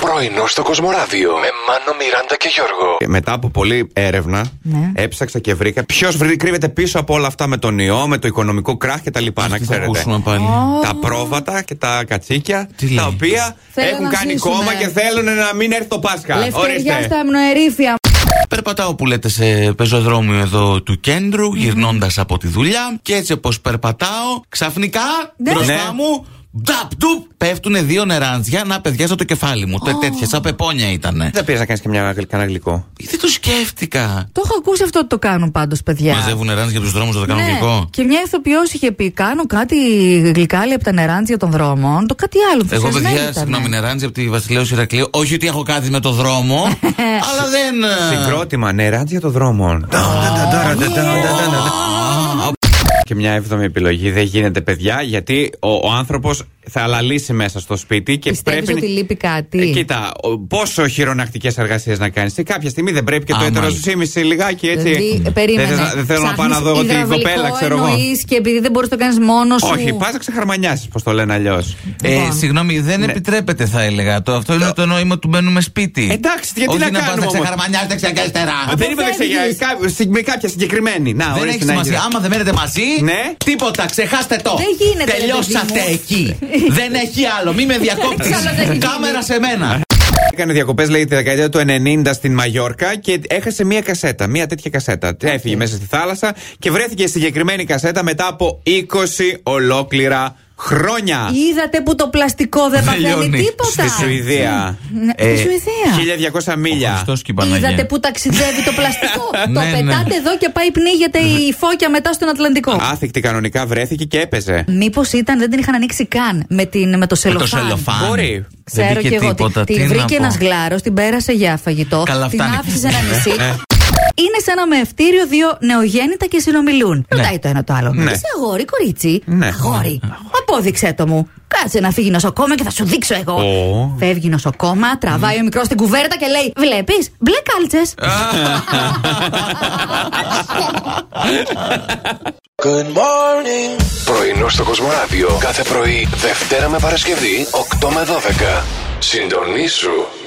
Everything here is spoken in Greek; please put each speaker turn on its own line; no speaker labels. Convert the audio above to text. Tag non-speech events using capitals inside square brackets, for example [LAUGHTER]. Πρωινό στο Κοσμοράδιο με Μάνο, Μιράντα και Γιώργο.
Ε, Μετά από πολλή έρευνα,
Ναι.
έψαξα και βρήκα ποιος κρύβεται πίσω από όλα αυτά με τον ιό, με το οικονομικό κράχ και τα λοιπά. Να
Τι θα
ξέρετε.
ακούσουμε πάλι.
Τα πρόβατα και τα κατσίκια
Τι λέει?
τα οποία
Θέλω
έχουν
να
κάνει
ζήσουμε.
κόμμα και θέλουν να μην έρθει το Πάσχα.
Λευτεριά
Ορίστε.
στα μνοερήφια.
Περπατάω που λέτε σε πεζοδρόμιο εδώ του κέντρου, γυρνώντας από τη δουλειά. Και έτσι όπως περπατάω, ξαφνικά
Ναι.
μπροστά
Ναι.
μου. Νταπ, ντουπ, πέφτουν δύο νεράντζια να παιδιά στο το κεφάλι μου. Oh. Τέτοια, σαν πεπόνια ήταν.
Δεν πήρες να κάνεις και μια, κανένα γλυκό.
Δεν το σκέφτηκα.
Το έχω ακούσει αυτό ότι το κάνουν πάντως, παιδιά.
Μαζεύουν νεράντζια από τους δρόμους, το κάνουν
Ναι.
γλυκό.
Και μια ηθοποιός είχε πει: Κάνω κάτι γλυκάλι από τα νεράντζια των δρόμων. Το κάτι άλλο.
Εγώ,
ενθουσιασμένη
παιδιά,
ήταν.
συγγνώμη,
ναι.
νεράντζια από τη Βασιλέως Ηρακλείου. Όχι ότι έχω κάτι με το
[LAUGHS]
δρόμο, αλλά δεν. ε,
Συγκρότημα, ναι, νεράντζια των δρόμων. Και μια έβδομη επιλογή δεν γίνεται, παιδιά, γιατί ο, ο άνθρωπος θα αλαλήσει μέσα στο σπίτι και
Πιστεύεις
πρέπει.
ότι λείπει κάτι?
Ε, κοίτα, ο- πόσο χειρονακτικές εργασίες να κάνεις. κάποια στιγμή δεν πρέπει και το
Α,
έτερο σου
μάλιστα.
σήμισε λιγάκι, έτσι.
Δηλαδή, ε, περίμενε.
Δεν, θες να- δεν θέλω να πάω να δω
Ψάχνεις
την
υδραυλικό
κοπέλα, ξέρω εγώ.
εννοείς και επειδή δεν μπορείς να το κάνεις μόνος σου.
Όχι, πας να ξεχαρμανιάσεις, πώς το λένε αλλιώς.
Ε,
Λοιπόν.
συγγνώμη, δεν επιτρέπεται, θα έλεγα. Το, αυτό είναι το νόημα του μπαίνουμε σπίτι.
Εντάξει, γιατί
Όχι
να
να πας
κάνουμε
να
όμως.
ξεχαρμανιάζετε ξαγκάστερά.
Δεν είπα δεν
Αποφεύγεις.
ξεγιά- κά- συ- με κάποια συγκεκριμένη. Να,
Δεν
ορίστε,
έχει
να
σημασία.
γίνεται.
Άμα δεν μένετε μαζί,
Ναι.
τίποτα, ξεχάστε το.
Δεν γίνεται, ρε
Τελειώσατε
παιδί μου. [LAUGHS]
εκεί. δεν έχει άλλο. Μη με διακόπτεις.
Καλά, δεν έχει γίνει.
Κάμερα σε μένα.
Έκανε διακοπές, λέει, τη δεκαετία του 90 στην Μαγιόρκα και έχασε μία κασέτα. Μία τέτοια κασέτα. Έφυγε μέσα στη θάλασσα και βρέθηκε η συγκεκριμένη κασέτα μετά από 20 ολόκληρα χρόνια.
Είδατε που το πλαστικό
[LAUGHS]
δεν παθαίνει
Τελειώνει.
τίποτα.
Στη Σουηδία. Ε,
Ναι, στη Σουηδία.
1200 μίλια.
Χριστός και η
Είδατε
Παναγία.
που ταξιδεύει το
[LAUGHS]
πλαστικό. το
Ναι, ναι.
πετάτε εδώ και πάει πνίγεται η φώκια μετά στον Ατλαντικό.
Άθικτη κανονικά βρέθηκε και έπαιζε.
Μήπως ήταν, δεν την είχαν ανοίξει καν με, την, με το
Με το
σελοφάν.
σελοφάν.
Μπορεί.
Δεν
Ξέρω
μπήκε
και εγώ.
τίποτα.
Την
Τι να
βρήκε
πω.
ένας γλάρος, την πέρασε για φαγητό.
Καλά,
την
φτάνει.
άφησε σε
[LAUGHS]
ένα νησί. Είναι σε ένα μευτήριο δύο νεογέννητα και συνομιλούν. Ρωτάει το ένα το άλλο.
Ναι.
Είσαι αγόρι, κορίτσι.
Ναι.
Αγόρι. Απόδειξε το μου. Κάτσε να φύγει νοσοκόμα και θα σου δείξω εγώ.
Ω.
Φεύγει νοσοκόμα, τραβάει ο μικρός την κουβέρτα και λέει: Βλέπεις, μπλε κάλτσες.
Πρωινό στο Κοσμοράδιο κάθε πρωί, Δευτέρα με Παρασκευή, 8 με 12. Συντονίσου